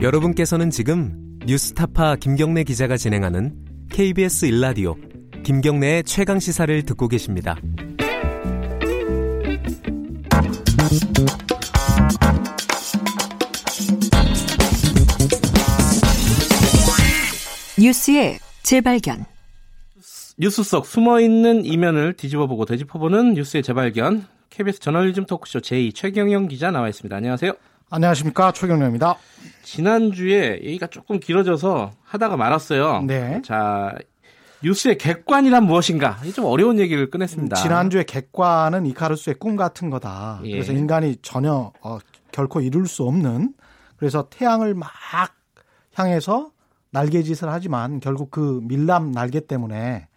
여러분께서는 지금 뉴스타파 김경래 기자가 진행하는 KBS 일라디오 김경래의 최강 시사를 듣고 계십니다. 뉴스의 재발견. 뉴스 속 숨어있는 이면을 뒤집어보고 되짚어보는 뉴스의 재발견. KBS 저널리즘 토크쇼 제2 최경영 기자 나와 있습니다. 안녕하세요. 안녕하십니까 최경련입니다. 지난주에 얘기가 조금 길어져서 하다가 말았어요. 네. 자, 뉴스의 객관이란 무엇인가? 이게 좀 어려운 얘기를 꺼냈습니다. 음, 지난주에 객관은 이카루스의 꿈 같은 거다. 네. 예. 그래서 인간이 전혀 어, 결코 이룰 수 없는 그래서 태양을 막 향해서 날개짓을 하지만 결국 그 밀랍 날개 때문에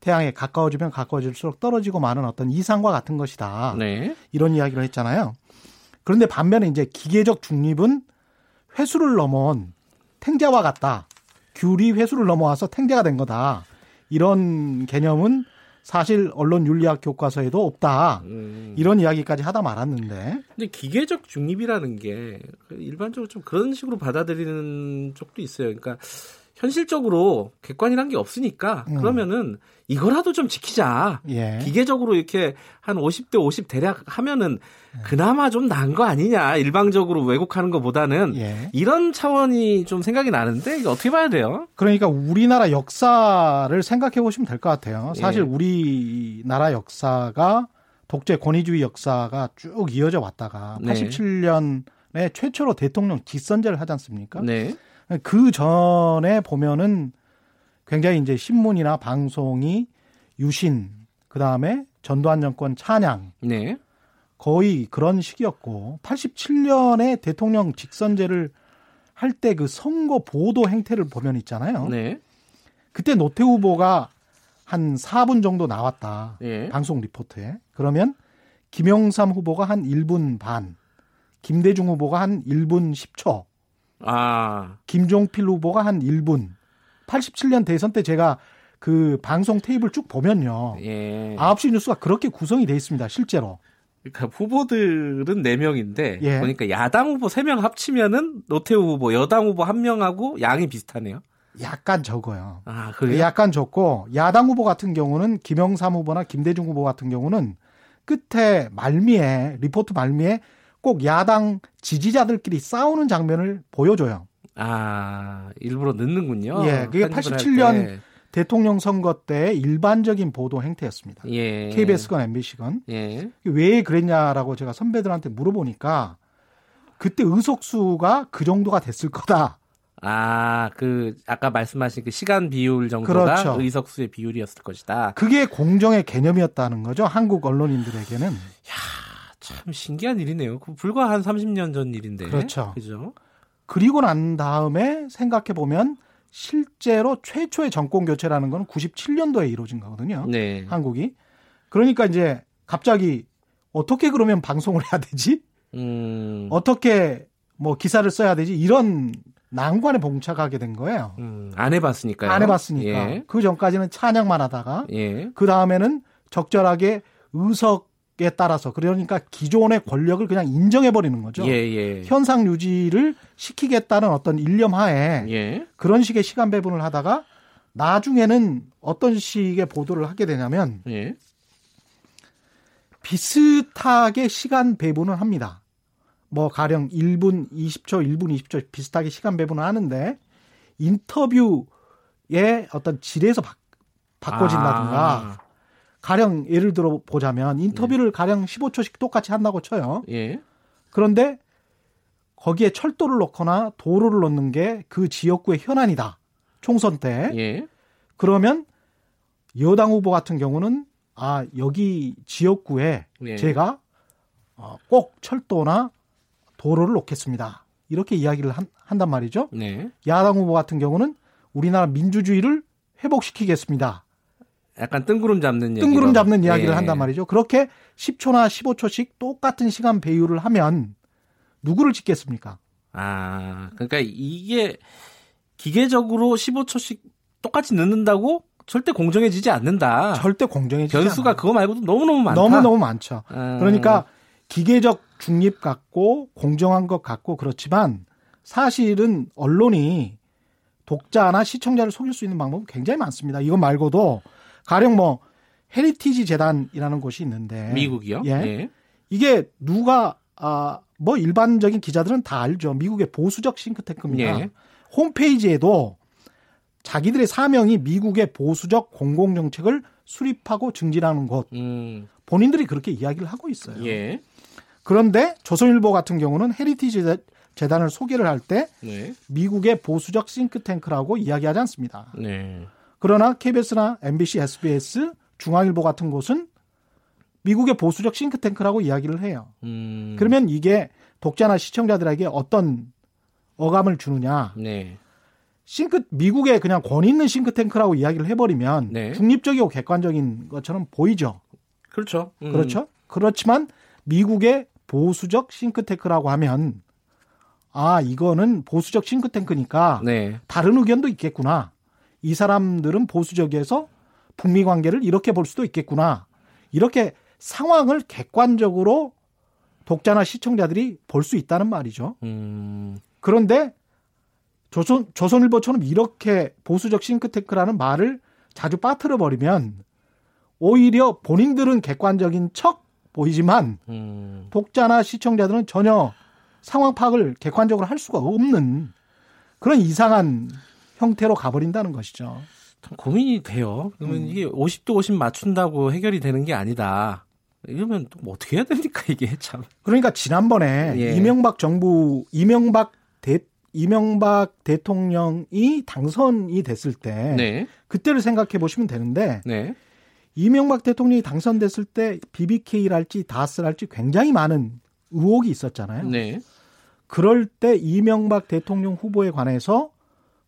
태양에 가까워지면 가까워질수록 떨어지고 마는 어떤 이상과 같은 것이다. 네. 이런 이야기를 했잖아요. 그런데 반면에 이제 기계적 중립은 회수를 넘어온 탱자와 같다. 귤이 회수를 넘어와서 탱자가 된 거다. 이런 개념은 사실 언론 윤리학 교과서에도 없다. 음. 이런 이야기까지 하다 말았는데 근데 기계적 중립이라는 게 일반적으로 좀 그런 식으로 받아들이는 쪽도 있어요. 그러니까 현실적으로 객관이란 게 없으니까 음. 그러면은 이거라도 좀 지키자. 예. 기계적으로 이렇게 한 50대 50 대략 하면은 그나마 좀 나은 거 아니냐. 일방적으로 왜곡하는 것보다는 예. 이런 차원이 좀 생각이 나는데 이거 어떻게 봐야 돼요? 그러니까 우리나라 역사를 생각해 보시면 될 것 같아요. 사실 예. 우리나라 역사가 독재 권위주의 역사가 쭉 이어져 왔다가 네. 87년에 최초로 대통령 직선제를 하지 않습니까? 네. 그 전에 보면은 굉장히 이제 신문이나 방송이 유신, 그 다음에 전두환 정권 찬양, 네. 거의 그런 시기였고, 87년에 대통령 직선제를 할 때 그 선거 보도 행태를 보면 있잖아요. 네. 그때 노태 후보가 한 4분 정도 나왔다. 예. 방송 리포트에. 그러면 김영삼 후보가 한 1분 반, 김대중 후보가 한 1분 10초, 아. 김종필 후보가 한 1분. 87년 대선 때 제가 그 방송 테이블 쭉 보면요. 예. 9시 뉴스가 그렇게 구성이 돼 있습니다. 실제로. 그러니까 후보들은 4명인데 예. 보니까 야당 후보 3명 합치면은 노태우 후보, 여당 후보 1명하고 양이 비슷하네요. 약간 적어요. 아, 그래요? 약간 적고 야당 후보 같은 경우는 김영삼 후보나 김대중 후보 같은 경우는 끝에 말미에 리포트 말미에 꼭 야당 지지자들끼리 싸우는 장면을 보여줘요. 아, 일부러 넣는군요. 예, 그게 편집을 할 87년 때. 대통령 선거 때 일반적인 보도 행태였습니다. 예. KBS건 MBC건 예. 왜 그랬냐라고 제가 선배들한테 물어보니까 그때 의석수가 그 정도가 됐을 거다. 아, 그 아까 말씀하신 그 시간 비율 정도가 그렇죠. 의석수의 비율이었을 것이다. 그게 공정의 개념이었다는 거죠. 한국 언론인들에게는. 참 신기한 일이네요. 그 불과 한 30년 전 일인데. 그렇죠. 그죠? 그리고 난 다음에 생각해 보면 실제로 최초의 정권 교체라는 건 97년도에 이루어진 거거든요. 네. 한국이. 그러니까 이제 갑자기 어떻게 그러면 방송을 해야 되지? 음. 어떻게 뭐 기사를 써야 되지? 이런 난관에 봉착하게 된 거예요. 음, 안 해봤으니까요. 안 해봤으니까. 예. 그 전까지는 찬양만 하다가 예. 그 다음에는 적절하게 의석에 따라서 그러니까 기존의 권력을 그냥 인정해 버리는 거죠. 예, 예. 현상 유지를 시키겠다는 어떤 일념 하에 예. 그런 식의 시간 배분을 하다가 나중에는 어떤 식의 보도를 하게 되냐면 예. 비슷하게 시간 배분을 합니다. 뭐 가령 1분 20초, 1분 20초 비슷하게 시간 배분을 하는데 인터뷰의 어떤 질에서 바, 꿔진다든가 아, 가령 예를 들어 보자면 인터뷰를 가령 15초씩 똑같이 한다고 쳐요. 예. 그런데 거기에 철도를 넣거나 도로를 넣는 게 그 지역구의 현안이다. 총선 때. 예. 그러면 여당 후보 같은 경우는 아, 여기 지역구에 예. 제가 어, 꼭 철도나 도로를 놓겠습니다. 이렇게 이야기를 한, 한단 말이죠. 네. 야당 후보 같은 경우는 우리나라 민주주의를 회복시키겠습니다. 약간 뜬구름 잡는 얘기. 뜬구름 잡는 이야기를 예. 한단 말이죠. 그렇게 10초나 15초씩 똑같은 시간 배율을 하면 누구를 찍겠습니까? 아, 그러니까 이게 기계적으로 15초씩 똑같이 넣는다고 절대 공정해지지 않는다. 절대 공정해지지 아, 변수가 않아요. 그거 말고도 너무너무 많다. 너무너무 많죠. 아, 그러니까 기계적 중립 같고 공정한 것 같고 그렇지만 사실은 언론이 독자나 시청자를 속일 수 있는 방법은 굉장히 많습니다. 이거 말고도 가령 뭐 헤리티지 재단이라는 곳이 있는데 미국이요? 예. 이게 누가 아 뭐 일반적인 기자들은 다 알죠. 미국의 보수적 싱크탱크입니다. 예. 홈페이지에도 자기들의 사명이 미국의 보수적 공공 정책을 수립하고 증진하는 곳 음, 본인들이 그렇게 이야기를 하고 있어요. 예. 그런데 조선일보 같은 경우는 헤리티지 재- 재단을 소개를 할 때 네. 미국의 보수적 싱크탱크라고 이야기하지 않습니다. 네. 그러나 KBS나 MBC, SBS, 중앙일보 같은 곳은 미국의 보수적 싱크탱크라고 이야기를 해요. 음. 그러면 이게 독자나 시청자들에게 어떤 어감을 주느냐? 네. 싱크 미국의 그냥 권위 있는 싱크탱크라고 이야기를 해버리면 네. 중립적이고 객관적인 것처럼 보이죠. 그렇죠. 음. 그렇죠? 그렇지만 미국의 보수적 싱크탱크라고 하면 아 이거는 보수적 싱크탱크니까 네. 다른 의견도 있겠구나. 이 사람들은 보수적에서 북미 관계를 이렇게 볼 수도 있겠구나. 이렇게 상황을 객관적으로 독자나 시청자들이 볼 수 있다는 말이죠. 음. 그런데 조선 조선일보처럼 이렇게 보수적 싱크탱크라는 말을 자주 빠뜨려 버리면 오히려 본인들은 객관적인 척 보이지만 음. 독자나 시청자들은 전혀 상황 파악을 객관적으로 할 수가 없는 그런 이상한 형태로 가버린다는 것이죠. 참 고민이 돼요. 그러면 음. 이게 50도 50 맞춘다고 해결이 되는 게 아니다. 이러면 또뭐 어떻게 해야 됩니까 이게 참. 그러니까 지난번에 예. 이명박 정부 이명박 대 이명박 대통령이 당선이 됐을 때 네. 그때를 생각해 보시면 되는데 네. 이명박 대통령이 당선됐을 때 BBK랄지 다스랄지 굉장히 많은 의혹이 있었잖아요. 네. 그럴 때 이명박 대통령 후보에 관해서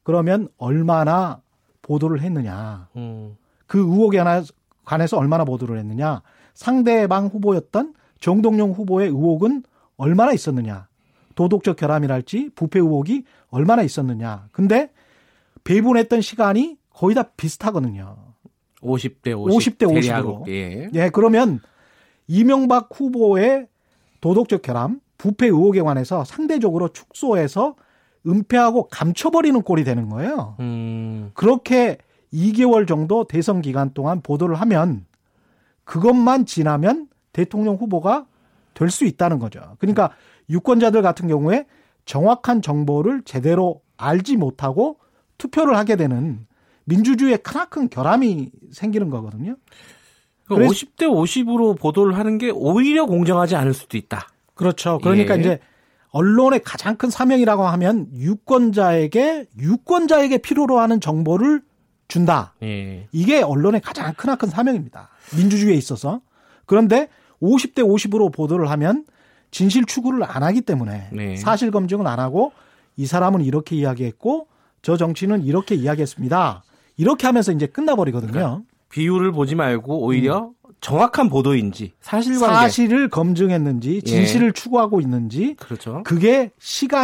그러면 얼마나 보도를 했느냐. 음. 그 의혹에 하나- 관해서 얼마나 보도를 했느냐. 상대방 후보였던 정동영 후보의 의혹은 얼마나 있었느냐. 도덕적 결함이랄지 부패 의혹이 얼마나 있었느냐. 근데 배분했던 시간이 거의 다 비슷하거든요. 50대 50. 50대 50으로. 대략으로. 예. 예, 그러면 이명박 후보의 도덕적 결함, 부패 의혹에 관해서 상대적으로 축소해서 은폐하고 감춰버리는 꼴이 되는 거예요. 음. 그렇게 2개월 정도 대선 기간 동안 보도를 하면 그것만 지나면 대통령 후보가 될 수 있다는 거죠. 그러니까 유권자들 같은 경우에 정확한 정보를 제대로 알지 못하고 투표를 하게 되는 민주주의의 크나큰 결함이 생기는 거거든요. 그 그래서- 50대 50으로 보도를 하는 게 오히려 공정하지 않을 수도 있다. 그렇죠. 그러니까 예. 이제 언론의 가장 큰 사명이라고 하면 유권자에게 유권자에게 필요로 하는 정보를 준다. 예. 이게 언론의 가장 크나큰 사명입니다. 민주주의에 있어서. 그런데 50대 50으로 보도를 하면 진실 추구를 안 하기 때문에 네. 사실 검증을 안 하고 이 사람은 이렇게 이야기했고 저 정치는 이렇게 이야기했습니다. 이렇게 하면서 이제 그러니까 끝나버리거든요. 비율을 보지 말고 오히려 정확한 보도인지 사실관계. 음. 예. 사실을 검증했는지 진실을 추구하고 있는지 그렇죠. 그게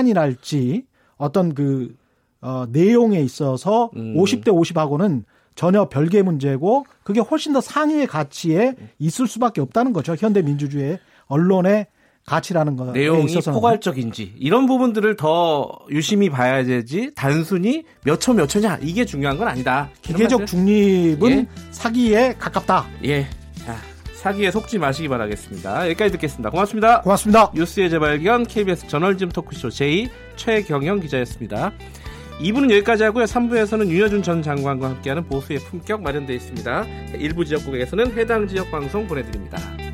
시간이랄지 어떤 그 어, 내용에 있어서 음. 50대 50하고는 전혀 별개 문제고 그게 훨씬 더 상위의 가치에 있을 수밖에 없다는 거죠. 현대 민주주의의 언론의 가치라는 거에 내용이 네, 있어서는. 포괄적인지 이런 부분들을 더 유심히 봐야 되지 단순히 몇초 몇초냐 이게 중요한 건 아니다. 이런 기계적 말씀. 중립은 예. 사기에 가깝다. 예. 자, 사기에 속지 마시기 바라겠습니다. 여기까지 듣겠습니다. 고맙습니다. 고맙습니다. 뉴스의 재발견 KBS 저널즘 토크쇼 제2 최경영 기자였습니다. 2부는 여기까지 하고요. 3부에서는 윤여준 전 장관과 함께하는 보수의 품격 마련되어 있습니다. 일부 지역국에서는 해당 지역 방송 보내드립니다.